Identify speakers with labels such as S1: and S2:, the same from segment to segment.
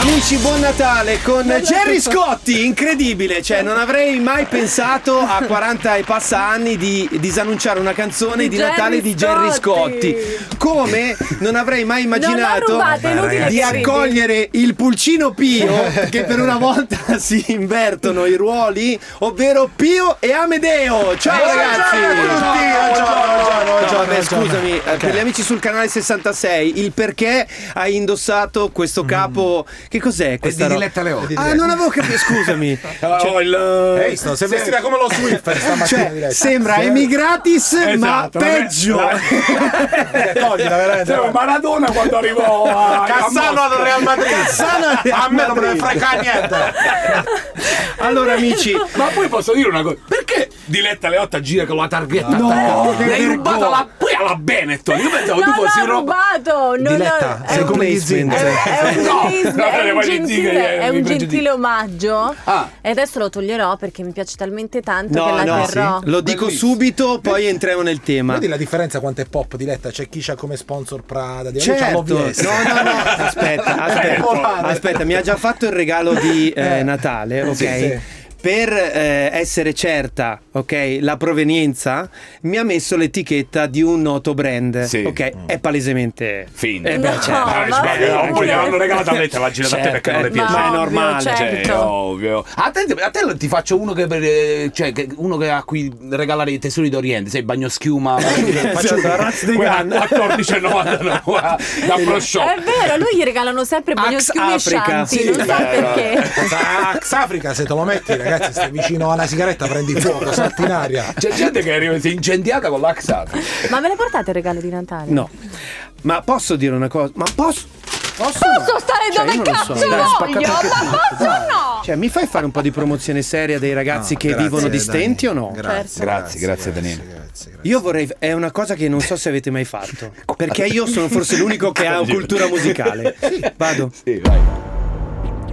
S1: amici, buon Natale con Jerry Scotti, incredibile, cioè non avrei mai pensato a 40 e passa anni di disannunciare una canzone di,
S2: Di
S1: Natale
S2: Jerry
S1: di Jerry Scotti, come non avrei mai immaginato
S2: Non la rubate, è inutile
S1: di
S2: che ridi.
S1: accogliere il pulcino Pio, che per una volta si invertono i ruoli, ovvero Pio e Amedeo, ciao ragazzi! No, beh, scusami, eh, per gli amici sul canale 66, il perché hai indossato
S3: Mm.
S1: questo capo. Che cos'è questa?
S4: di
S1: roba?
S4: Diletta Leone.
S1: Ah, non avevo capito, scusami. Cioè,
S5: eh,
S3: Ehi, sto sempre- vestita come lo Swiffer stamattina.
S1: cioè, sembra emigratis, ma
S3: Esatto, la-
S1: peggio.
S3: Toglila, veramente.
S5: C'era Cioè, Maradona quando arrivò a
S3: Cassano al Real Madrid.
S1: Sana-
S3: A me non me ne frega niente.
S1: Allora, amici,
S5: Ma poi posso dire una cosa, perché Diletta Leotta gira con la targhetta?
S1: No,
S5: aperta?
S1: che
S5: Le hai rubata
S1: vergogna.
S5: la, poi alla Benetton. Io pensavo tu
S2: non
S5: fossi
S2: l'ho
S5: roba.
S2: rubato, non
S4: Diletta,
S2: l'ho-
S4: sei
S2: è un-
S4: come gli
S1: placement.
S4: zingari.
S2: È un,
S5: No,
S2: gentile-
S5: no,
S2: è
S5: le
S2: un
S5: voglio dire,
S2: gentile, è
S5: eh, mi
S2: un
S5: voglio
S2: gentile
S5: dire.
S2: omaggio.
S5: Ah.
S2: E adesso lo toglierò perché mi piace talmente tanto
S1: no,
S2: che la
S1: no,
S2: terrò.
S1: lo dico
S3: Bellissimo.
S1: subito, poi entriamo nel tema.
S3: Vedi la differenza quanto è pop Diletta? C'è chi c'ha come sponsor Prada, di
S1: Certo. No, no, no, aspetta, aspetta,
S3: Certo.
S1: aspetta, mi ha già fatto il regalo di eh, Natale, ok?
S3: Sì, sì.
S1: Per eh, essere certa, ok, la provenienza, mi ha messo l'etichetta di un noto brand,
S5: Sì. Mm.
S1: ok? È palesemente
S5: Fin.
S1: Eh, beh,
S2: No,
S1: certo.
S2: ma-
S5: Eh, sbaglio,
S2: no,
S5: oppure
S2: no.
S5: gliel'hanno regalata a me, te l'ha girata a te perché non le
S1: Certo,
S5: piace.
S1: ma è
S2: Ovvio,
S1: normale.
S2: certo.
S5: Cioè, ovvio.
S6: Attenti, a te ti faccio uno che, per, eh, cioè, che- uno che a cui regalare i tesori d'Oriente, sei bagnoschiuma.
S1: Faccio da Raz de
S5: Quella
S1: Gann.
S5: 14,99 da Pro Shop.
S2: È vero, lui gli regalano sempre bagnoschiumi e
S1: Africa.
S2: scianti,
S1: Sì, eh,
S2: non so
S5: vero.
S2: perché.
S3: Africa, se te lo metti, ragazzi, stai vicino a una sigaretta, prendi fuoco, salti in aria.
S5: C'è gente che arriva si è incendiata con l'Axat.
S2: Ma me ne portate il regalo di Natale?
S1: No. Ma posso dire una cosa? Ma posso Posso,
S2: Posso stare
S1: Cioè, io
S2: dove
S1: non lo
S2: cazzo
S1: so, dai,
S2: voglio,
S1: spaccate il
S2: ma posso o no?
S1: Cioè, mi fai fare un po' di promozione seria dei ragazzi
S3: No,
S1: che
S3: grazie,
S1: vivono di
S3: Dani.
S1: stenti o no?
S2: Certo.
S3: Grazie,
S5: Grazie, grazie, Daniele.
S3: grazie, grazie.
S1: Io vorrei. È una cosa che non so se avete mai fatto. Perché io sono forse l'unico che ha cultura musicale. Vado.
S5: Sì, vai.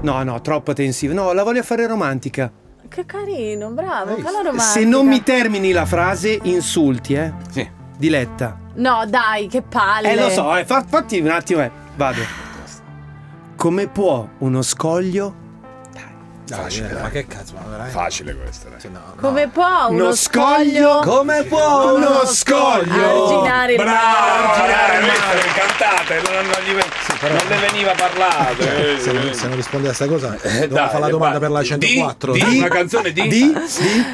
S1: No, no, troppo tensivo. No, la voglio fare romantica.
S2: Che carino, bravo, cala romantica.
S1: Se non mi termini la frase, insulti, eh.
S5: Sì.
S1: Diletta.
S2: No, dai, che palle.
S1: Eh, lo so, eh, fa- fatti un attimo, eh. Vado. Come può uno scoglio.
S3: Facile, eh, ma che cazzo, ma veramente?
S5: Facile questo, dai.
S3: Sì, no, no.
S2: Come può uno,
S1: Uno scoglio.
S6: Come può
S1: Uno scoglio.
S2: arginare il
S5: Bravo,
S2: mare?
S5: bravo, le cantate, non, non gli- non ne veniva parlato. eh,
S3: Se non,
S5: eh.
S3: se non rispondi a questa cosa, eh,
S5: Dai,
S3: doveva fare la domanda
S5: vai.
S3: per la
S5: Di-
S3: 104.
S5: Di,
S1: Di-
S5: una canzone di,
S1: Di.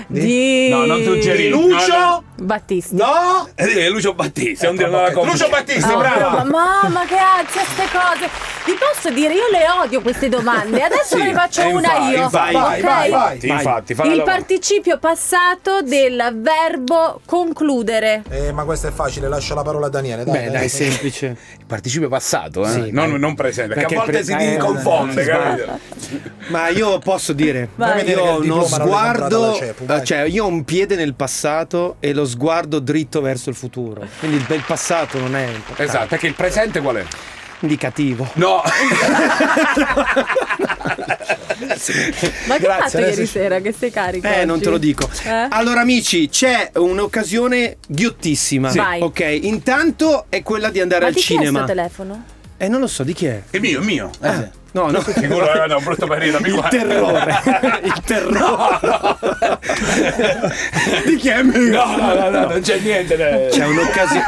S2: Di...
S5: No, non suggerire.
S6: Lucio?
S2: Battista.
S6: No!
S5: Eh, Lucio Battisti, non dirlo alla
S3: Lucio
S5: complice.
S6: Battisti,
S2: Oh,
S6: brava!
S2: Mamma che ansia queste cose. Vi posso dire, io le odio queste domande.
S1: Sì,
S2: Adesso ve ne faccio
S1: eh,
S2: una
S1: infatti,
S2: io.
S1: infatti,
S2: ok?
S5: Infatti, infatti, fa la
S2: Il
S5: domanda.
S2: participio passato del verbo concludere.
S3: Eh, ma questo è facile, lascio la parola a Daniele. Dai,
S1: Beh, dai, semplice.
S6: Participe passato, eh?
S1: Sì.
S5: Non, non presente, perché,
S1: Perché
S5: a volte
S1: pre-
S5: si
S1: eh,
S5: confonde,
S1: si
S5: capito?
S1: Ma io posso dire, io ho
S2: Vai.
S3: Vuoi vedere che il
S1: uno
S3: diploma l'ho comprato
S1: sguardo,
S3: alla CEPU, vai.
S1: eh, cioè io ho un piede nel passato e lo sguardo dritto verso il futuro. Quindi il bel passato non è importante,
S5: Esatto, perché il presente qual è?
S1: indicativo.
S5: No,
S2: Ma che hai fatto
S3: adesso
S2: ieri
S3: ci-
S2: sera? Che sei carico?
S1: Eh,
S2: oggi?
S1: non te lo dico.
S2: Eh?
S1: Allora, amici, c'è un'occasione ghiottissima.
S2: Sì. Vai.
S1: Ok, intanto è quella di andare
S2: Ma
S1: al
S2: di chi è
S1: cinema.
S2: sto telefono?
S1: eh, non lo so di chi è.
S5: il mio, il mio.
S6: Eh,
S1: Ah, No, no.
S5: Sicuro, eh, no, brutto periodo, mi
S1: Il
S5: guarda.
S1: terrore. Il terrore. di chi è?
S5: No, no, no, no, non c'è niente. eh.
S1: C'è un'occasione.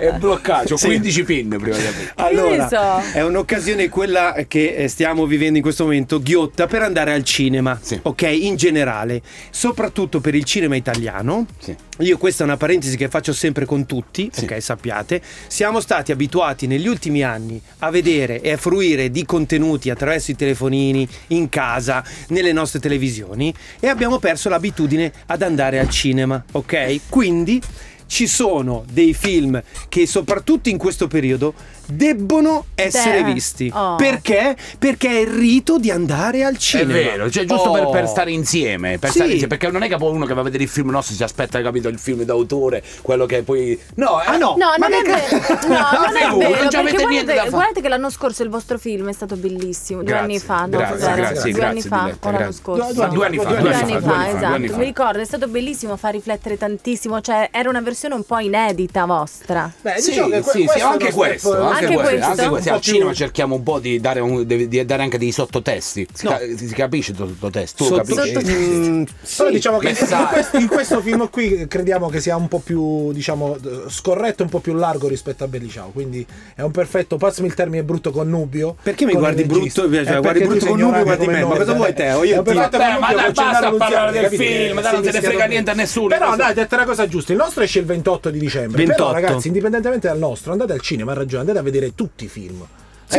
S5: È bloccato, ho
S1: Sì.
S5: 15 pin prima di aprire.
S1: Allora,
S2: Che ne so?
S1: è un'occasione quella che eh, stiamo vivendo in questo momento, ghiotta, per andare al cinema,
S5: Sì.
S1: ok? In generale, soprattutto per il cinema italiano.
S5: Sì.
S1: Io questa è una parentesi che faccio sempre con tutti, ok? Sappiate, siamo stati abituati negli ultimi anni a vedere e a fruire di contenuti attraverso i telefonini, in casa, nelle nostre televisioni e abbiamo perso l'abitudine ad andare al cinema, ok? Quindi ci sono dei film che soprattutto in questo periodo debbono essere
S2: Beh,
S1: visti.
S2: oh.
S1: Perché? Perché è il rito di andare al
S6: È
S1: cinema.
S6: vero, cioè giusto
S1: Oh.
S6: per, per stare insieme, per
S1: Sì.
S6: stare insieme, perché non è che poi uno che va a vedere il film nostro si aspetta, capito, il film d'autore, quello che poi... No, eh,
S1: Ah no,
S2: No,
S6: Ma
S2: non è
S6: che
S2: vero.
S6: cazzo?
S2: No, non
S6: Ma
S2: è
S6: voi non
S2: vero.
S6: ci
S2: perché
S6: avete niente da
S2: guardate,
S6: fare.
S2: guardate che l'anno scorso il vostro film è stato bellissimo. Due
S5: Grazie,
S2: anni fa, no,
S5: grazie,
S2: cos'era?
S5: grazie,
S2: due anni
S5: grazie,
S2: fa,
S5: Diletta,
S2: o l'anno
S5: grazie.
S2: scorso.
S3: Due-
S5: due anni fa,
S2: Due anni
S5: due anni
S2: fa,
S5: fa, due anni
S2: esatto.
S5: fa.
S2: Mi ricordo, è stato bellissimo, fa riflettere tantissimo. Cioè, era una versione un po' inedita vostra.
S3: Beh,
S6: Eh,
S3: diciamo
S6: Sì, sì, sì, anche diciamo questo,
S3: nostro-
S6: anche
S2: Anche questo?
S6: questo, anche questo.
S3: Un
S6: Al
S3: po' più-
S6: cinema cerchiamo un po' di dare, un- di- di dare anche dei sottotesti. Si,
S1: No.
S6: ca- si capisce il sottotesto? Tu
S1: Sotto-
S6: capisci?
S2: Sotto-
S1: Mm, sì.
S3: Però diciamo che in
S6: messaggio.
S3: questo, in questo film qui crediamo che sia un po' più diciamo scorretto, un po' più largo rispetto a Belli Ciao. Quindi è un perfetto, passami il termine brutto connubio.
S1: Perché mi
S3: con
S1: guardi
S3: il regista.
S1: brutto, cioè,
S3: Eh,
S1: guardi
S3: perché tu
S1: brutto
S3: sei
S1: connubio,
S3: ignorante
S1: guardi me,
S3: come
S1: ma cosa
S3: noi,
S1: vuoi
S3: eh.
S1: te? Oh, io
S3: È un
S1: ti-
S3: perfetto
S5: Vabbè,
S3: connubio,
S5: ma dai,
S3: può
S5: basta
S3: accennare
S5: a parlare
S3: Luciano,
S5: del
S3: capito?
S5: film, dai, non
S3: Sì,
S5: te ne
S3: sì,
S5: frega
S3: sì.
S5: niente a nessuno,
S3: Però
S5: questo-
S3: dai, detta la cosa giusta, il nostro esce il 28 di dicembre.
S1: 28.
S3: Però ragazzi, indipendentemente dal nostro, andate al cinema, ha ragione, andate a vedere tutti i film. Eh,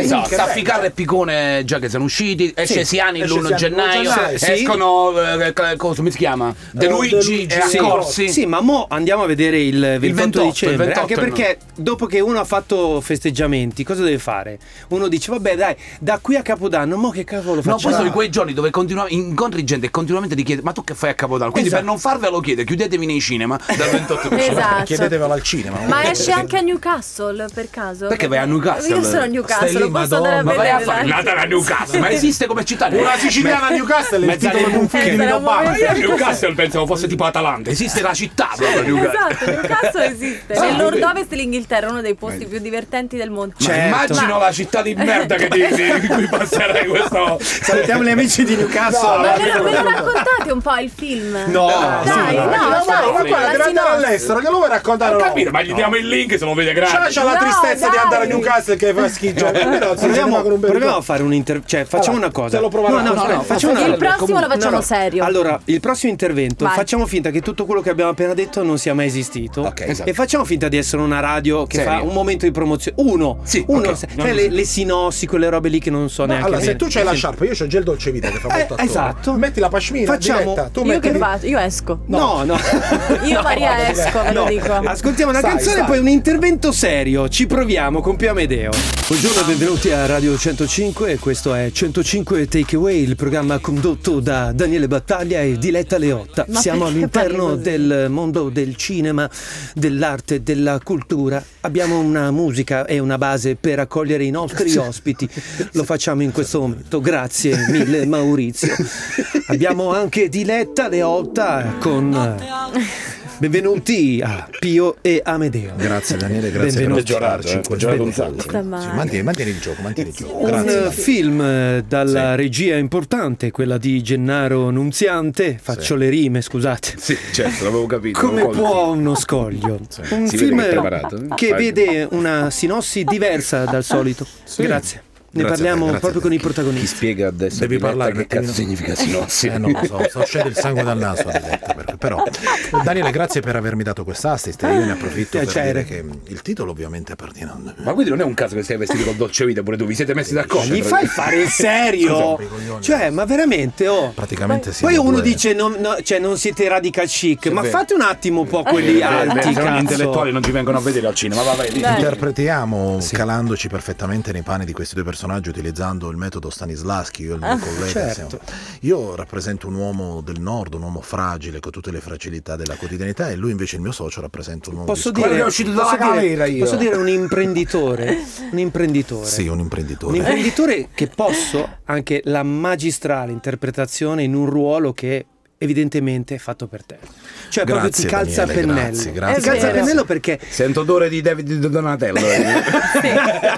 S6: Sì, esatto,
S3: che bello.
S6: Stafficarra e Picone già che sono usciti, esce Siani
S3: esce
S6: l'1
S3: Siani
S6: gennaio,
S3: l'uno gennaio,
S1: sì.
S6: escono, eh, eh, cosa, come si chiama? De
S3: Eh,
S6: Luigi
S3: De
S6: e
S3: Luigi.
S6: Accorsi.
S1: Sì, ma mo andiamo a vedere il 28,
S6: Il 28,
S1: dicembre.
S6: il 28
S1: anche perché dopo che uno ha fatto festeggiamenti, cosa deve fare? Uno dice, vabbè, dai, da qui a Capodanno, mo che cavolo
S6: No,
S1: facciamo?
S6: poi sono in quei giorni dove continua- incontri gente e continuamente ti chiede: Ma tu che fai a Capodanno? Quindi
S1: Esatto.
S6: per non farvelo chiedere, chiudetevi nei cinema dal 28
S3: Eh,
S6: dicembre.
S2: Esatto.
S3: Chiedetevelo al cinema.
S2: Ma esce anche a Newcastle per caso?
S6: Perché vai a Newcastle?
S2: Io sono a Newcastle,
S3: Stai lì,
S2: lo posso andare a
S6: Ma
S3: Madonna,
S6: vai a
S2: vedere.
S6: fare
S2: dai.
S6: nata la Newcastle, ma esiste come città?
S3: Una siciliana a Newcastle è il
S1: Mezz'aria
S3: titolo di un
S1: in
S3: film
S2: Eh,
S3: di
S2: sarà
S3: Nino
S2: un
S3: Bauer.
S2: momento-
S5: Newcastle pensavo fosse tipo Atalanta.
S6: Esiste la città proprio Newcastle.
S2: Esatto, Newcastle esiste.
S6: Ah,
S2: Nel
S6: vedi.
S2: nord-ovest dell'Inghilterra è uno dei posti più divertenti del mondo.
S1: Ma Certo.
S5: Immagino
S2: Ma-
S5: la città di merda che ti, di cui passerai questo.
S1: Salutiamo gli amici di Newcastle.
S2: Ma ve lo, ve lo raccontate un po' il film?
S1: No,
S2: Dai,
S1: sì,
S2: no,
S3: Ma
S2: dai,
S3: guarda, ma guarda,
S2: la
S3: deve andare
S2: sinossi.
S3: all'estero, che lo vuoi raccontare?
S5: Ho
S3: una
S5: capito,
S3: volta?
S5: ma gli diamo il link se lo vede
S3: C'ha,
S5: gratis.
S3: c'ha la
S2: No,
S3: tristezza di
S2: dai.
S3: andare a Newcastle che fa schifo. Almeno si
S1: Proviamo,
S3: ferma con un bel
S1: proviamo a
S3: gol.
S1: fare un inter... cioè facciamo
S3: Allora,
S1: una cosa.
S3: te lo proverò.
S1: No, no,
S3: No,
S1: aspetta,
S6: no,
S1: facciamo una
S6: aspetta,
S2: Il prossimo lo facciamo
S1: No, no.
S2: serio.
S1: Allora, il prossimo intervento
S2: Vai.
S1: facciamo finta che tutto quello che abbiamo appena detto non sia mai esistito.
S6: Ok, esatto.
S1: E facciamo finta di essere una radio che
S6: Seria.
S1: fa un momento di promozione. Uno,
S6: Sì,
S1: uno
S6: ok.
S1: sai,
S6: Non-
S1: le, le sinossi, quelle robe lì che non so neanche.
S3: Allora, se
S1: bene.
S3: tu c'hai la sciarpa, io c'ho il gel dolce vita che fa
S1: Eh,
S3: molto attore.
S1: esatto.
S3: Metti la pashmina
S1: Facciamo-
S3: diretta, tu
S2: Io
S3: metti
S2: che
S3: lì-
S2: faccio? Io esco.
S1: No, no.
S2: Io Maria esco, ve lo
S1: No.
S2: dico.
S1: Ascoltiamo una
S3: Sai,
S1: canzone e
S3: sai.
S1: poi un intervento serio. Ci proviamo con Pio Amedeo. Buongiorno e benvenuti a Radio 105. Questo è 105 Takeaway, il programma condotto da Daniele Battaglia e Diletta Leotta.
S2: Ma
S1: Siamo
S2: perché
S1: all'interno
S2: parli così?
S1: del mondo del cinema, dell'arte, della cultura. Abbiamo una musica e una base per accogliere i nostri ospiti. Lo facciamo in questo momento. Grazie mille, Maurizio. Abbiamo anche Diletta Leotta con. Benvenuti a Pio e Amedeo.
S3: Grazie Daniele, grazie
S1: Benvenuti.
S3: per eh, peggiorarci in questo
S5: Peggiorato un
S3: periodo.
S2: sacco. Sta male.
S3: Sì, mantieni, mantieni il gioco, mantieni il gioco.
S1: Un
S3: Grazie.
S1: eh, film eh, dalla regia importante, quella di Gennaro Nunziante. Faccio le rime, scusate.
S4: Sì, certo, l'avevo capito.
S1: Come
S4: non conto.
S1: può uno scoglio? Un
S4: Si vede
S1: film
S4: che è preparato, eh?
S1: che
S4: Vai.
S1: vede una sinossi diversa dal solito. Grazie. Ne
S4: Grazie a te,
S1: parliamo
S4: grazie a
S1: proprio
S4: te.
S1: con i
S4: Chi
S1: protagonisti.
S4: spiega adesso
S3: Devi
S4: a Diletta
S3: parlare un
S4: che cazzo
S3: attimino.
S4: significa sinossi?
S3: Eh non lo so, sta uscendo il sangue dal naso Diletta, perché- però Daniele grazie per avermi dato quest'assist io ne approfitto per
S1: Piacere.
S3: dire che il titolo ovviamente appartiene a noi
S4: Ma quindi non è un caso che stai vestito col dolce vita pure tu, vi siete messi d'accordo?
S1: Gli fai fare il serio?
S3: Scusami, coglioni.
S1: Cioè, ma veramente, oh.
S3: praticamente sì
S1: Poi
S3: ma
S1: uno
S3: due-
S1: dice non, no, cioè, non siete radical chic, ma
S4: vero.
S1: fate un attimo un po'
S4: Eh,
S1: quelli
S4: eh,
S1: alti,
S4: eh, se no gli
S1: cazzo.
S4: intellettuali non ci vengono a vedere al cinema, va vai,
S2: Dai.
S3: interpretiamo calandoci perfettamente nei panni di questi due personaggi utilizzando il metodo Stanislaschi io e il mio collega
S1: certo.
S3: siamo- io rappresento un uomo del nord un uomo fragile con tutte le fragilità della quotidianità e lui invece il mio socio rappresenta un uomo
S1: Posso
S3: di
S1: dire,
S6: Quello che è uscito dalla
S1: posso dire-
S6: galera io.
S1: posso dire un imprenditore, un imprenditore.
S3: sì un imprenditore
S1: Un imprenditore che posso anche la magistrale interpretazione in un ruolo che evidentemente è fatto per te. Cioè proprio ti
S3: Grazie,
S1: calza
S3: Daniele,
S1: a pennello.
S3: grazie, grazie,
S1: ti calza a
S2: grazie.
S1: pennello perché
S4: Sento odore di David di Donatello. eh.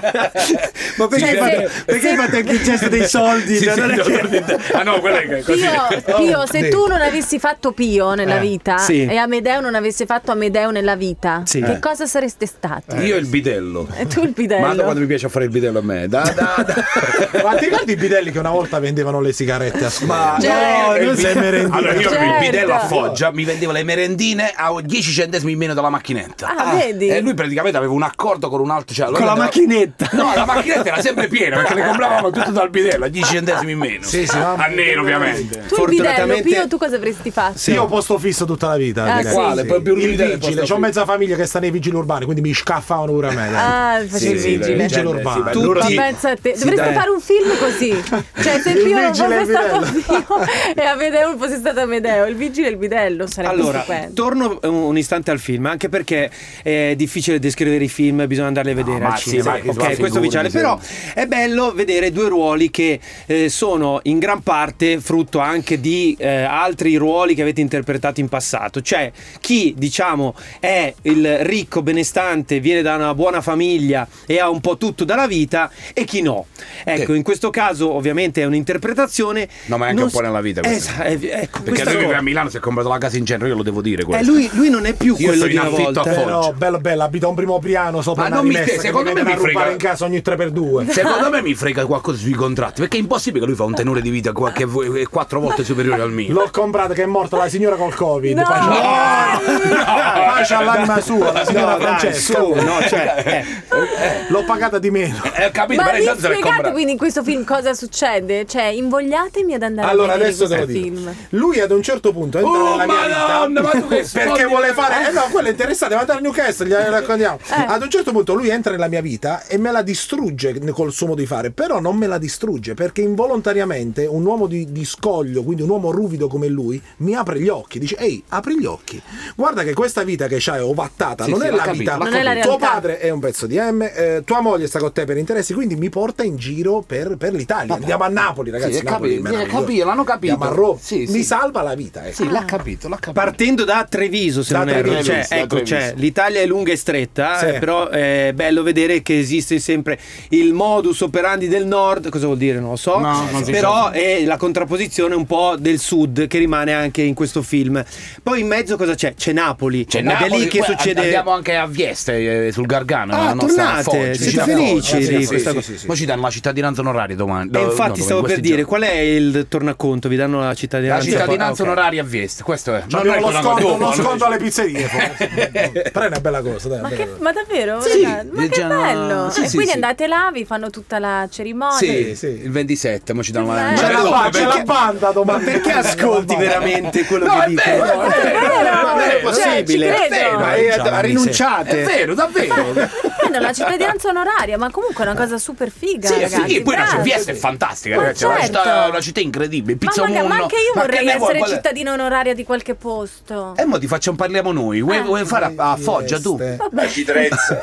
S1: ma perché, hai
S2: Sì,
S1: fatto-
S2: sì.
S1: perché hai fatto anche il gesto dei soldi?
S5: Sì,
S1: Cioè,
S5: sì,
S1: non è
S5: no,
S1: che-
S5: Ah no, quella è che- così.
S2: Pio, Pio, se tu non avessi fatto Pio nella vita
S1: sì.
S2: e Amedeo non avesse fatto Amedeo nella vita,
S1: Sì.
S2: che
S1: Eh.
S2: cosa sareste stati?
S4: Io il bidello.
S2: E tu il pidello?
S4: Ma quando mi piace fare il bidello a me. Da, da, da.
S3: Ma ti ricordi i bidelli che una volta vendevano le sigarette a scuola?
S4: Ma-
S2: Certo.
S3: no, non le merendine.
S5: Allora io
S2: Certo.
S5: mi
S6: Il bidello a Foggia mi vendeva le merendine a 10 centesimi in meno dalla macchinetta.
S2: Ah, vedi?
S6: E lui praticamente aveva un accordo con un altro. Cioè,
S1: Con la macchinetta.
S6: No, la macchinetta era sempre piena perché le compravamo tutto dal bidello a 10 centesimi in meno.
S3: Sì, sì,
S5: a
S3: ma
S5: nero ovviamente.
S2: tu il bidello,
S1: fortunatamente-
S2: Pio, tu cosa avresti fatto?
S1: Sì.
S3: Io ho posto fisso tutta la vita.
S2: Ah,
S3: direi.
S2: sì. Quale?
S4: Proprio lui
S3: il
S4: deve
S3: vigile.
S4: posto
S3: C'ho mezza famiglia che sta nei vigili urbani, quindi mi scaffavano pure a me. dai.
S2: Ah, facevi
S4: sì,
S2: il vigile.
S4: dai,
S3: vigile
S4: sì,
S3: urbano.
S4: ma
S1: Tutti-
S4: allora-
S2: Ma pensa a te, dovreste
S1: dai.
S2: fare un film così. Cioè, se
S3: Il
S2: Pio non
S3: vigile
S2: fosse
S3: e il
S2: stato Pio e Amedeo non fosse stato Amedeo, il vigile e il bidello sarebbe
S1: Allora,
S2: stupendo.
S1: torno un- un istante al film, anche perché è difficile descrivere i film, bisogna andarli a vedere
S6: ma
S1: al
S6: sì,
S1: cinema.
S6: ma che
S1: ok,
S6: sua
S1: questo
S6: figura,
S1: vicale,
S6: mi
S1: però
S6: sembra.
S1: è bello vedere due ruoli che eh, sono in gran parte frutto anche di eh, altri ruoli che avete interpretato in passato, cioè chi, diciamo, è il ricco benestante, viene da una buona famiglia e ha un po' tutto dalla vita e chi no. Ecco,
S6: Ok.
S1: in questo caso ovviamente è un'interpretazione
S4: No, ma è anche
S1: non
S4: un po'
S1: s-
S4: nella vita questo.
S1: Esa- eh, ecco,
S4: Perché
S1: questa
S4: lui vive
S1: cosa-
S4: a Milano, si è comprato la casa in centro, io lo devo dire
S1: eh,
S4: questo.
S1: lui, lui non è più
S4: Io
S1: quello
S4: sono
S1: di
S4: in
S1: una
S4: affitto
S1: volta. Eh,
S4: a Foggia.
S3: Però, Cioè, bello, bello, abita un primo piano sopra
S6: Ma
S3: una
S6: non mi-
S3: rimessa che
S6: secondo
S3: mi
S6: me mi
S3: vengono a rubare
S6: frega.
S3: in casa ogni 3x2.
S6: Secondo me mi frega qualcosa sui contratti, perché è impossibile che lui fa un tenore di vita qua- che vu- è quattro volte superiore al mio.
S3: L'ho comprato che è morta la signora col Covid.
S2: No!
S3: Pace- Pace all'anima sua, la signora
S1: No, dai,
S3: Francesca.
S1: su, no, cioè, eh,
S3: L'ho pagata di meno.
S6: Eh, ho capito,
S2: Ma
S6: però
S2: vi
S6: intanto se l'è
S2: spiegate
S6: comprato.
S2: quindi in questo film cosa succede? Cioè, invogliatemi ad andare
S3: Allora
S2: a vedere
S3: adesso devo
S2: questo
S3: dire.
S2: film.
S3: Lui ad un certo punto entra
S6: Oh,
S3: nella mia
S6: Madonna,
S3: vita
S6: ma tu che
S3: perché
S6: sfondi-
S3: vuole fare Eh no, quello è interessante, va a Newcastle, gliela raccontiamo.
S2: Eh.
S3: Ad un certo punto lui entra nella mia vita e me la distrugge col suo modo di fare, però non me la distrugge perché involontariamente un uomo di, di scoglio, quindi un uomo ruvido come lui, mi apre gli occhi, dice "Ehi, apri gli occhi. Guarda che questa vita che c'hai ovattata
S6: Sì,
S3: non
S6: sì,
S3: è
S6: l'ho
S3: la
S6: capito,
S3: vita.
S6: l'ho
S2: Non è la capito.
S3: Tuo
S2: realtà.
S3: padre è un pezzo di M, eh, tua moglie sta con te per interessi, quindi mi porta in giro per, per l'Italia. Andiamo a Napoli, ragazzi.
S6: Sì, capi-
S3: Napoli,
S6: sì,
S3: meraviglioso.
S6: capito, l'hanno capito.
S3: Andiamo a Roma.
S6: Sì, sì.
S3: Mi salva la vita.
S6: Eh,
S3: ecco.
S6: Sì,
S2: Ah.
S6: l'ha capito, l'ha capito.
S1: eh, partendo da Treviso, se
S3: Da
S1: non erro,
S3: Treviso,
S1: cioè,
S6: da
S1: ecco,
S6: Treviso.
S1: cioè, l'Italia è lunga e stretta,
S3: Sì.
S1: eh, però è bello vedere che esiste sempre il modus operandi del nord, cosa vuol dire non lo so,
S6: No, non si
S1: però è la contrapposizione un po' del sud che rimane anche in questo film. Poi in mezzo cosa c'è? C'è Napoli,
S6: Cioè,
S1: ed
S6: Napoli,
S1: è lì che
S6: poi
S1: succede...
S6: Andiamo anche a Vieste, eh, sul Gargano.
S1: Ah,
S6: la nostra
S1: tornate,
S6: Foggia,
S1: siete
S6: vicino a
S1: felici
S6: Foggia.
S1: di
S6: Eh, Sì,
S1: questa
S6: sì,
S1: cosa?
S6: sì, sì. Poi ci danno la cittadinanza onoraria domani.
S1: E
S6: no, no,
S1: Eh, infatti
S6: domani,
S1: stavo per
S6: questi
S1: dire,
S6: giorni.
S1: qual è il tornaconto? Vi danno la
S6: La
S1: cittadinanza?
S6: cittadinanza
S1: Ah, ok.
S6: onoraria a Vieste, questo è. Ecco,
S3: Abbiamo lo
S6: quello
S3: sconto,
S6: dopo,
S3: lo
S6: no?
S3: sconto alle pizzerie. forse. Però è una bella cosa. Dai,
S2: Ma,
S3: una
S2: che-
S3: bella cosa.
S2: ma davvero?
S6: Sì,
S2: Ragazzi, ma che
S6: già-
S2: bello!
S6: sì,
S2: e
S6: sì,
S2: quindi
S6: sì.
S2: andate là, vi fanno tutta la cerimonia.
S6: Sì,
S3: sì.
S6: il 27, ma ci danno la.
S2: Ma
S3: C'è,
S6: Cioè,
S3: la,
S6: dopo,
S3: ba- c'è
S6: perché-
S3: la banda
S1: Ma
S3: domani.
S1: perché ascolti veramente quello
S6: No,
S1: che
S6: è
S1: dico?
S6: vero, è
S2: È vero,
S1: non è
S2: cioè,
S1: possibile.
S2: ci credo.
S1: Ma è- rinunciate.
S6: È vero, davvero.
S2: Fanno la cittadinanza onoraria, ma comunque è una cosa super figa,
S6: Sì,
S2: ragazzi.
S6: sì, poi la
S2: bravi.
S6: Vieste è fantastica,
S2: Ma
S6: ragazzi. è Una
S2: certo.
S6: città, una città incredibile.
S2: Ma,
S6: Pizza
S2: maga- ma anche io vorrei essere
S6: cittadino
S2: cittadina onoraria di qualche posto.
S6: E Eh, mo ti facciamo parliamo noi. Vuoi,
S2: Eh.
S6: vuoi fare a, a Foggia tu?
S5: La cidrezza.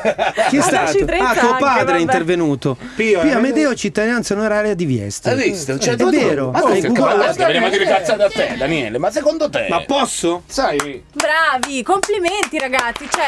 S1: Chi è
S2: Ah,
S1: stato?
S2: ci trenta
S1: Ah, tuo
S2: anche,
S1: padre
S2: vabbè.
S1: è intervenuto.
S3: Pio,
S1: Pio,
S3: eh,
S1: Amedeo, cittadinanza onoraria di Vieste.
S6: Hai visto?
S1: È
S6: Cioè, tu-
S1: vero.
S6: Ma
S1: Oh,
S6: tu
S1: è
S6: che
S1: Google-
S6: cavolo veniamo dire cazzate a te, Daniele. Ma secondo te?
S1: Ma posso?
S6: sai,
S2: Bravi, complimenti ragazzi. Cioè,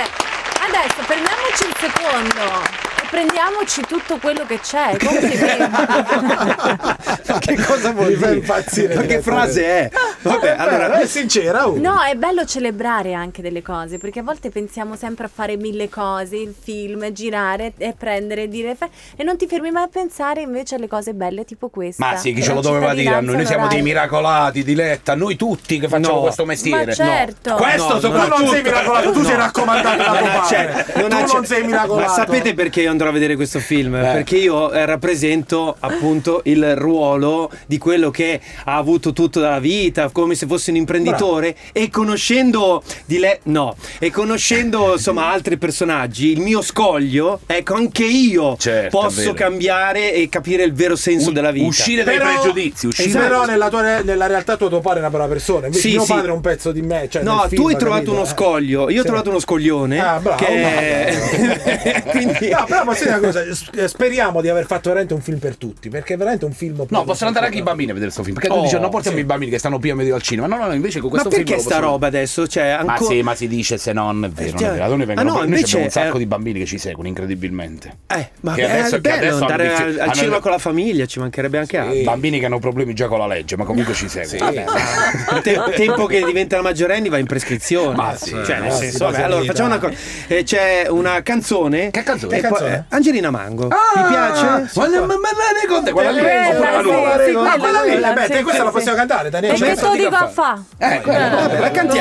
S2: adesso prendiamoci un secondo e prendiamoci tutto quello che c'è. Complimenti.
S1: Ma che cosa vuol
S3: Mi fa
S1: dire?
S3: impazzire,
S1: Ma che
S3: direttore.
S1: frase è? Vabbè,
S3: Allora,
S1: allora.
S3: è sincera. oh.
S2: No, è bello celebrare anche delle cose, perché a volte pensiamo sempre a fare mille cose, il film, girare e prendere e dire fa- e non ti fermi mai a pensare invece alle cose belle tipo questa.
S6: ma sì, chi ce
S2: La
S6: lo doveva dire a noi? Noi siamo dei
S2: cittadinanza
S6: miracolati, diletta, noi tutti che facciamo
S1: No.
S6: questo mestiere.
S2: Ma certo.
S6: No. Questo
S1: No,
S3: Tu non sei
S6: soprattutto.
S3: miracolato, tu sei raccomandato da tuo
S1: ha
S3: padre.
S1: cer-
S3: Tu
S1: Cioè, ha cer-
S3: non sei miracolato.
S1: Ma sapete perché io andrò a vedere questo film? Perché io eh, rappresento appunto il ruolo di quello che ha avuto tutto dalla vita, come se fosse un imprenditore. E conoscendo di lei, no, e conoscendo insomma altri personaggi, il mio scoglio, ecco, anche io
S6: Certo, è
S1: posso
S6: vero.
S1: cambiare e capire il vero senso
S6: U-
S1: della vita.
S6: Uscire dai
S3: Però-
S6: pregiudizi, uscire
S1: Esatto.
S3: Però nella, tua re- nella realtà tuo, tuo padre è una brava persona. Invece
S1: Sì,
S3: mio
S1: sì.
S3: padre è un pezzo di me. Cioè
S1: No,
S3: nel film,
S1: tu hai
S3: capito?
S1: trovato uno
S3: Eh.
S1: scoglio, io ho
S3: Sì.
S1: trovato uno scoglione.
S3: Ah, bravo,
S1: che- Quindi...
S3: No, però posso dire una cosa, s- eh, speriamo di aver fatto veramente un film per tutti, perché è veramente un film
S6: No, possono andare anche i bambini a vedere questo film. Perché tu
S1: Oh,
S6: dici, no, portiamo i bambini che stanno più a medio al cinema. No, no, no, invece con
S1: Ma
S6: questo film.
S1: perché
S6: lo
S1: sta
S6: possono-
S1: roba adesso? Cioè,
S6: Ma
S1: ancora...
S6: sì, ma si dice se no, non è vero. Non è
S1: Cioè-
S6: vero. Noi, vengono,
S1: Ah, no,
S6: noi
S1: invece
S6: abbiamo un sacco
S1: è-
S6: di bambini che ci seguono, incredibilmente.
S1: Eh, ma
S6: Che
S1: è
S6: adesso- che
S1: bello
S6: adesso hanno
S1: andare
S6: vizi-
S1: al, al
S6: hanno-
S1: cinema con la famiglia, ci mancherebbe anche altro.
S6: Bambini che hanno problemi già con la legge, ma comunque ci seguono. Vabbè.
S1: Il te- tempo che diventano maggiorenni va in prescrizione.
S6: Ma sì,
S1: cioè, nel
S3: ma
S1: senso,
S3: sì,
S1: vabbè,
S3: ma
S1: allora
S3: sì,
S1: facciamo una cosa. Eh, c'è una canzone.
S6: Che canzone?
S1: E
S3: Che
S1: poi- eh,
S3: canzone?
S1: Angelina Mango.
S6: Ah,
S1: Mi piace?
S6: Voglio parlare con te. Quella lì. Eh,
S2: Bella,
S6: Oppure la Ah,
S2: sì,
S6: nuova.
S2: sì,
S3: Ma
S2: quella,
S3: quella lì,
S2: quella,
S3: eh beh,
S2: sì,
S3: te questa
S2: sì,
S3: la
S2: sì.
S3: possiamo cantare, Daniele.
S2: E che
S3: Cioè,
S2: sto dico a fa?
S6: Eh, quella.
S1: Vabbè, la cantiamo.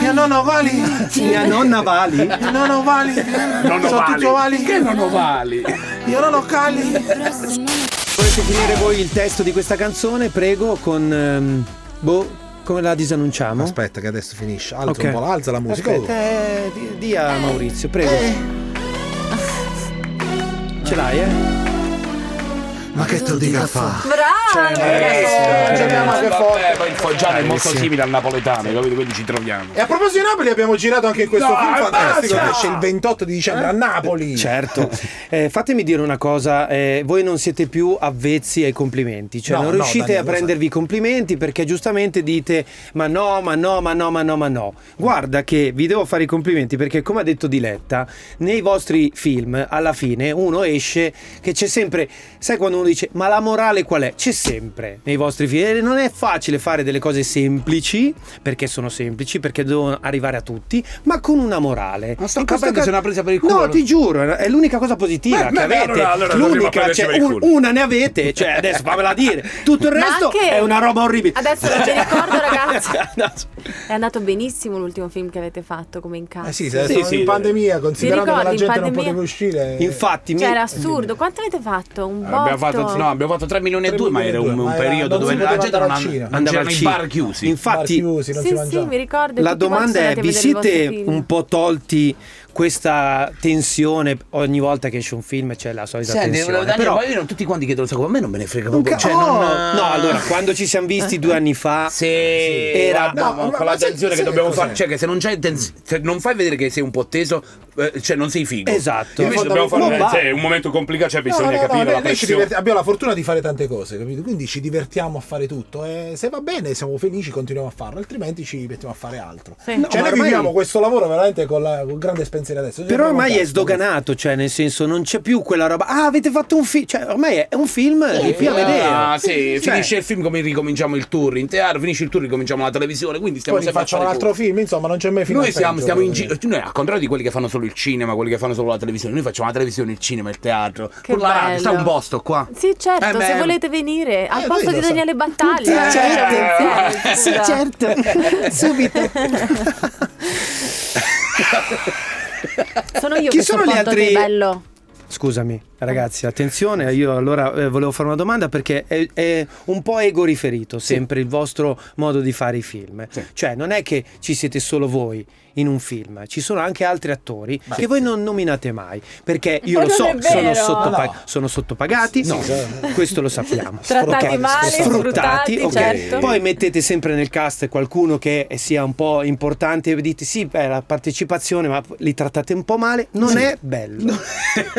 S3: Mia nonna Vali,
S1: Mia nonna Vali.
S3: mia nonna Vali,
S6: Non
S3: sono tutto Vali,
S6: ovali. Che non ovali?
S3: io non ho cali.
S1: Volete finire voi il testo di questa canzone? Prego, con. ehm, boh, come la disannunciamo?
S3: Aspetta che adesso finisce, alza
S1: Ok.
S3: un po', la- alza la musica. Oh.
S1: Aspetta, eh, di- di a Maurizio, prego. Ce l'hai, eh?
S3: Ma che te lo dica fa?
S2: Bravo! napoletano.
S3: Eh,
S2: ragazzi.
S3: ce l'abbiamo anche
S5: Vabbè,
S3: forte.
S5: poi il foggiano è molto
S3: Bravissimo.
S5: simile al napoletano, capito? Quindi ci troviamo.
S3: E a proposito di Napoli abbiamo girato anche questo
S5: No,
S3: film fantastico
S5: basta!
S3: che esce il 28 di dicembre a Napoli.
S1: Certo, Eh, fatemi dire una cosa, eh, voi non siete più avvezzi ai complimenti, cioè
S3: No,
S1: non
S3: no,
S1: riuscite
S3: Daniele,
S1: a
S3: lo
S1: prendervi i complimenti perché giustamente dite ma no, ma no, ma no, ma no, ma no. Guarda che vi devo fare i complimenti perché come ha detto Diletta, nei vostri film alla fine uno esce che c'è sempre, sai quando uno dice ma la morale qual è? C'è sempre nei vostri film, E non è facile fare delle cose semplici perché sono semplici, perché devono arrivare a tutti, ma con una morale.
S6: Ma sto
S1: In questo
S6: capendo se è una presa per il culo.
S1: No, ti giuro, è l'unica cosa positiva
S5: Beh,
S1: che
S5: beh,
S1: avete.
S5: allora- allora dovremmo
S1: l'unica,
S5: prenderci
S1: cioè,
S5: per il
S1: un-
S5: culo.
S1: una ne avete, cioè adesso fammela dire. Tutto il
S2: Ma
S1: resto
S2: anche-
S1: è una roba orribile.
S2: Adesso non mi ricordo, ragazzi.
S1: No,
S2: È andato benissimo l'ultimo film che avete fatto come incazzo.
S3: Eh sì, se
S5: Sì,
S3: sono
S5: sì.
S3: in pandemia, considerando che la
S2: ricordi, in
S3: gente non
S2: pandemia?
S3: poteva uscire.
S1: Infatti, mi-
S2: Cioè, era assurdo. Quanto avete fatto? Un botto?
S6: Abbiamo fatto, no, abbiamo fatto 3 milioni e 2, ma era un, un
S3: Ma era-
S6: periodo
S3: non si
S6: dove la
S3: poteva
S6: gente non
S3: andare al
S6: an-
S3: cinema.
S1: Andava
S6: andava
S1: al
S6: nei
S1: cinema.
S6: bar chiusi.
S3: bar
S1: infatti,
S3: chiusi, non
S2: Sì,
S3: si
S2: sì,
S3: mangiava.
S2: mi ricordo.
S1: la
S2: tutti quanti
S1: domanda
S2: sono
S1: è:
S2: andati a
S1: vi
S2: vedere i vostri
S1: siete
S2: film.
S1: un po' tolti questa tensione ogni volta che esce un film? C'è la solita
S6: Senti,
S1: tensione.
S6: Daniele,
S1: però-
S6: ma io non tutti quanti che te lo so, a me non me ne frega
S1: Un
S6: proprio.
S1: ca-
S6: Cioè,
S1: oh!
S6: non- Eh.
S1: No, allora, quando ci siamo visti due anni fa,
S6: Sì,
S1: era-
S6: guarda,
S3: No,
S6: ma
S3: ma-
S6: con
S3: ma
S6: l'attenzione
S3: sai-
S6: che
S3: sai
S6: dobbiamo
S3: che
S6: fare,
S3: cos'è?
S6: cioè che se non c'hai tens- se non fai vedere che sei un po' teso, eh, cioè non sei figo.
S1: Esatto.
S5: Invece dobbiamo
S1: Non
S5: fare
S1: va.
S5: cioè, è un momento complicato, cioè
S3: No,
S5: bisogna
S3: no, no,
S5: capire la
S3: noi- noi ci
S5: pressione.
S3: diverti- abbiamo la fortuna di fare tante cose, capito? Quindi ci divertiamo a fare tutto e se va bene siamo felici, continuiamo a farlo, altrimenti ci mettiamo a fare altro.
S2: Sì.
S1: No,
S3: cioè
S1: ma
S3: noi
S1: ormai-
S3: viviamo questo lavoro veramente con, la, con grande spensiero adesso. Cioè,
S1: Però ormai è sdoganato, cioè nel senso non c'è più quella roba. Ah, avete fatto un film. Cioè, ormai è un film di più a vedere.
S6: Ah, sì,
S1: Cioè-
S6: finisce il film come ricominciamo il tour in teatro, finisce il tour ricominciamo la televisione, quindi stiamo
S3: Poi
S6: sempre a
S3: facciamo un
S6: fare
S3: altro
S6: cose.
S3: film, insomma non c'è mai fino
S6: Noi
S3: al
S6: siamo,
S3: peggio,
S6: stiamo in
S3: capito?
S6: giro, noi al contrario di quelli che fanno solo il cinema, quelli che fanno solo la televisione, noi facciamo la televisione, il cinema, il teatro.
S2: Che
S6: Con la radio,
S2: bello.
S6: sta un posto qua.
S2: Sì, certo,
S6: Eh, beh,
S2: se volete venire al
S3: eh,
S2: posto
S3: noi
S2: di
S3: lo
S2: Daniele Battaglia.
S1: Sì,
S2: eh,
S1: certo.
S2: cioè,
S1: Sì,
S2: scusa.
S1: certo. Subito.
S2: Sono io
S1: Chi
S2: che
S1: sono gli
S2: sopporto
S1: altri-
S2: te, bello.
S1: Scusami, ragazzi, attenzione, io allora eh, volevo fare una domanda perché è, è un po' ego riferito sempre il vostro modo di fare i film. Cioè, non è che ci siete solo voi in un film, ci sono anche altri attori che voi non nominate mai, perché io
S2: Ma
S1: lo
S2: non
S1: so,
S2: è
S1: sono,
S2: vero.
S1: sottopa-
S3: No.
S1: sono sottopagati, questo lo sappiamo.
S2: Trattati
S1: Ok.
S2: male,
S1: sfruttati,
S2: sfruttati,
S1: ok.
S2: certo.
S1: Poi mettete sempre nel cast qualcuno che sia un po' importante e dite sì, beh, la partecipazione, ma li trattate un po' male, non è bello.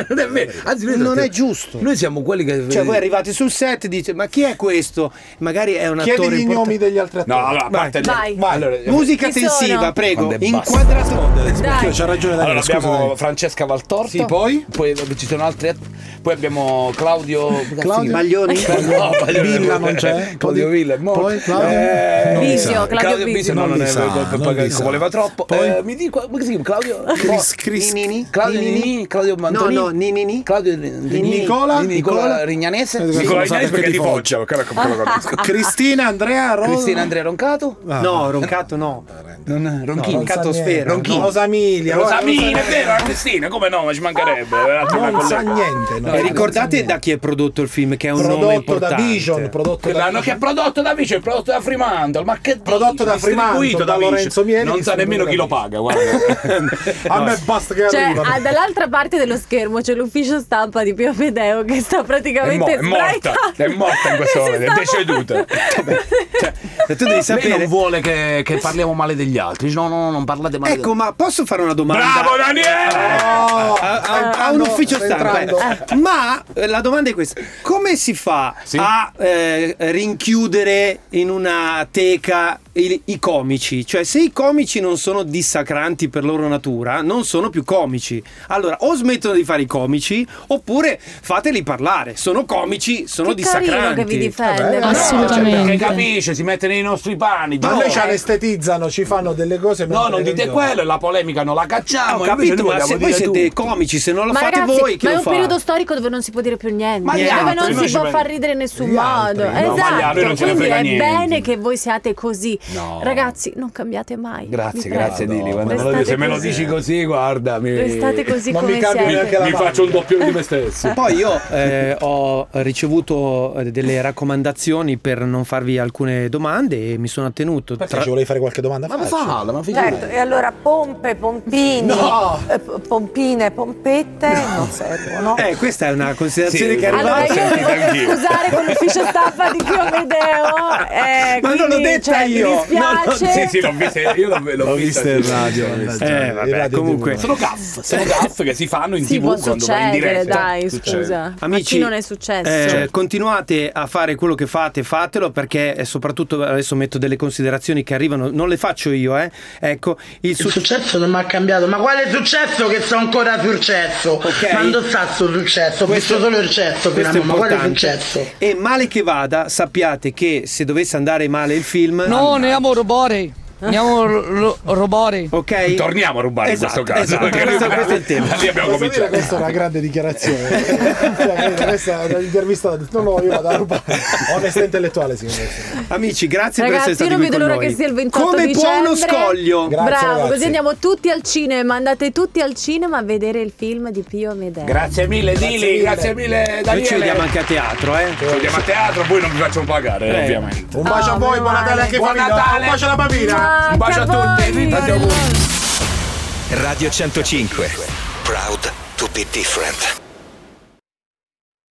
S6: non è vero. Anzi, noi
S1: Non
S6: trattiamo-
S1: è giusto.
S6: Noi siamo quelli che.
S1: Cioè, voi arrivate sul set e dite: Ma chi è questo? Magari è un attore
S3: Chiedi i nomi
S1: importante.
S3: degli altri attori.
S5: No, allora, a parte
S2: Vai.
S3: Vai.
S1: Musica
S2: Chi
S1: tensiva,
S2: sono?
S1: prego.
S6: Quando è basso.
S1: Inquadratura.
S2: Dai.
S3: C'ha ragione
S5: Allora
S3: Daniele, scusa.
S5: abbiamo
S3: Daniele.
S5: Francesca Valtorta.
S6: Sì, poi? Poi ci sono altri. att- Poi abbiamo Claudio.
S3: Claudio?
S1: Maglioni.
S6: No, Claudio-
S3: Villa non c'è.
S6: Claudio Villa. è morto.
S3: Poi Claudio?
S6: Eh,
S3: Non
S2: Bisio,
S3: mi sa.
S2: Claudio Bisio.
S6: No, non,
S3: Non
S6: è
S3: li sa, non
S6: perché
S3: li sa.
S6: voleva troppo.
S3: Poi?
S6: Eh, mi dico, come si chiama? Claudio?
S3: Cris- Cris-
S1: Ninini.
S6: Claudio
S1: Ninini.
S6: Nini, Claudio Mantoni.
S1: No, no, Ninini.
S6: Claudio
S3: Nicola?
S6: Nicola,
S3: Nicola?
S6: Rignanese.
S3: Nicola
S5: Nicola
S3: Lo
S5: Ignaz
S3: sapete
S5: perché è di
S3: di Foggia.
S5: Foggia, quello che- quello che conosco.
S3: Cristina, Andrea, Ro-
S6: Cristina Andrea Roncato.
S3: Ah,
S1: No, Roncato no.
S6: Non-
S1: non
S6: eh, Ronchini.
S1: Roncato
S3: sa niente.
S1: Sfera.
S3: Ronchini.
S1: No.
S3: Rosa Emilia.
S5: Rosa
S3: guarda, non sa
S5: Mina, è
S3: niente.
S5: vero, Cristina, come no, ma ci mancherebbe. è un'altra
S3: Non sa
S5: collega.
S3: niente. no.
S1: E ricordate da chi è prodotto il film, che è un nome
S3: prodotto da
S1: importante.
S3: Vision, prodotto da
S6: Quell'anno che è prodotto da Vice, è prodotto da Fremantle, ma che dici?
S3: Prodotto da Fremantle,
S6: Distribuito
S3: da
S6: Vice.
S3: Lorenzo Mieli,
S6: Non sa
S3: distribuito
S6: nemmeno
S3: da
S6: chi lo
S3: Vice.
S6: paga, guarda.
S3: A me basta che
S2: Cioè,
S3: arrivano.
S2: ah, dall'altra parte dello schermo c'è l'ufficio stampa di Pio Fedeo che sta
S5: È, mo-
S2: praticamente
S5: è morta,
S2: sbraitando.
S5: è morta in questo
S2: E si
S5: momento, è
S2: sta
S5: deceduta.
S1: E tu devi
S6: Lei non
S1: sapere.
S6: vuole che, che parliamo male degli altri. Dice, No, no, no, non parlate male. Ah,
S1: Ecco, ma posso fare una domanda?
S5: Bravo Daniele!
S2: Eh,
S3: Oh,
S1: A, a-
S3: sta
S1: a un
S3: entrando,
S1: ufficio
S3: sta
S1: stampa,
S3: entrando.
S1: eh. ma eh, la domanda è questa: come si fa
S6: Sì.
S1: a eh, rinchiudere in una teca i, i comici? Cioè, se i comici non sono dissacranti per loro natura, non sono più comici. Allora, o smettono di fare i comici, oppure fateli parlare. Sono comici, sono
S2: Che carino
S1: dissacranti.
S2: che vi difende.
S5: Eh,
S3: Vabbè,
S2: però.
S5: cioè,
S7: assolutamente.
S6: cioè, Perché capisce, si mette nei nostri panni. dice,
S3: Ma noi
S6: no, eh,
S3: ci
S1: eh.
S3: anestetizzano, ci fanno delle cose.
S6: No,
S3: mentre
S6: non
S3: le
S6: dite
S3: ridiamo.
S6: quello, la polemica non la
S1: Ah,
S6: cacciamo.
S1: ho
S6: invece
S1: capito,
S6: noi
S1: ma se voi
S6: vogliamo dire
S1: siete
S6: tutto.
S1: comici, se non lo
S2: Ma
S1: fate
S2: ragazzi,
S1: voi, chi
S2: ma è
S1: lo
S2: un
S1: fa?
S2: periodo storico dove non si può dire più niente,
S6: Ma gli
S2: dove
S6: altri,
S2: non
S6: noi
S2: si
S6: ci
S2: può
S6: pre-
S2: far ridere in nessun
S3: Gli
S2: modo.
S3: altri, no?
S5: Ma gli altri
S2: esatto,
S5: non ce ne
S2: quindi
S5: frega
S2: è
S5: niente.
S2: bene che voi siate così.
S6: No.
S2: Ragazzi, non cambiate mai. vi
S6: Grazie, grazie
S2: prego.
S6: Dili. quando me lo
S2: Restate
S6: dici- se me lo
S2: così.
S6: dici così, guarda, mi,
S2: Restate così
S3: Non mi
S2: come
S3: cambio
S2: siete.
S3: neanche la
S6: mi
S3: faccia.
S6: faccio un doppione di me stesso.
S1: Poi io eh, ho ricevuto eh, delle raccomandazioni per non farvi alcune domande e mi sono attenuto.
S3: Perché
S1: tra-
S3: ci volevi fare qualche domanda?
S6: Ma
S3: Facci.
S6: falla, ma figurati.
S7: Certo, e allora pompe, pompini,
S3: No!
S7: eh, p- pompine, pompette non servono.
S1: Eh, questa è una considerazione
S6: Sì.
S1: che è
S2: Allora
S1: arrivata. cioè,
S2: io mi voglio scusare con l'ufficio stampa di Diomedeo eh,
S1: Ma non l'ho
S2: quindi,
S1: detta
S2: cioè,
S1: io.
S2: Mi
S1: No,
S2: dispiace
S1: no,
S6: Sì, sì, l'ho vista, io l'ho, l'ho vista in radio.
S1: Eh,
S3: Il
S1: vabbè,
S3: radio
S1: comunque.
S3: di
S6: Sono gaff, sono gaff che si fanno in
S2: Sì,
S6: tv
S2: può
S6: quando vai in
S2: succedere,
S6: diretta.
S2: dai,
S6: Succede.
S2: scusa.
S1: Amici,
S2: a chi non è successo?
S1: eh, continuate a fare quello che fate, fatelo perché eh, soprattutto adesso metto delle considerazioni che arrivano, non le faccio io, eh. Ecco, il
S8: Il
S1: successo
S8: successo non mi ha cambiato, ma quale successo che sono ancora successo?
S1: Ok.
S8: Ma non sta sto successo, ho visto solo il successo prima,
S1: questo è
S8: ma quale
S1: importante.
S8: successo?
S1: E male che vada, sappiate che se dovesse andare male il film
S9: No, andiamo a rubare. Andiamo a ro- ro- rubare.
S1: Ok?
S5: Torniamo a rubare
S1: Esatto,
S5: in questo caso.
S1: esatto,
S5: perché
S1: questo- questo è il tema.
S5: Da lì abbiamo
S3: Posso dire,
S5: cominciato.
S3: questa è una grande dichiarazione. Cioè, questa è un'intervista. No, no, io vado a rubare. Onestà intellettuale, signore.
S1: Amici, grazie per essere
S2: Ragazzi, io
S1: stati
S2: non
S1: qui
S2: vedo
S1: con
S2: l'ora
S1: noi.
S2: che sia il 28
S1: Come
S2: dicembre.
S1: può uno scoglio?
S3: Grazie,
S2: Bravo,
S3: ragazzi.
S2: così andiamo tutti al cinema. Andate tutti al cinema a vedere il film di Pio Medeo.
S6: Grazie mille, Dili, grazie mille, Daniele.
S1: Noi ci vediamo anche a teatro, eh.
S5: Ci vediamo a teatro, poi non vi faccio pagare,
S1: Eh.
S5: ovviamente.
S3: Un bacio
S2: Oh,
S3: a voi,
S2: meno
S3: buon Natale
S2: male.
S3: anche
S6: Buon
S3: famiglia.
S6: Natale.
S3: Un bacio alla bambina.
S2: Ah,
S5: Un bacio
S2: anche
S5: a tutti,
S2: voi,
S5: tanti auguri.
S10: Radio 105. Proud to be different.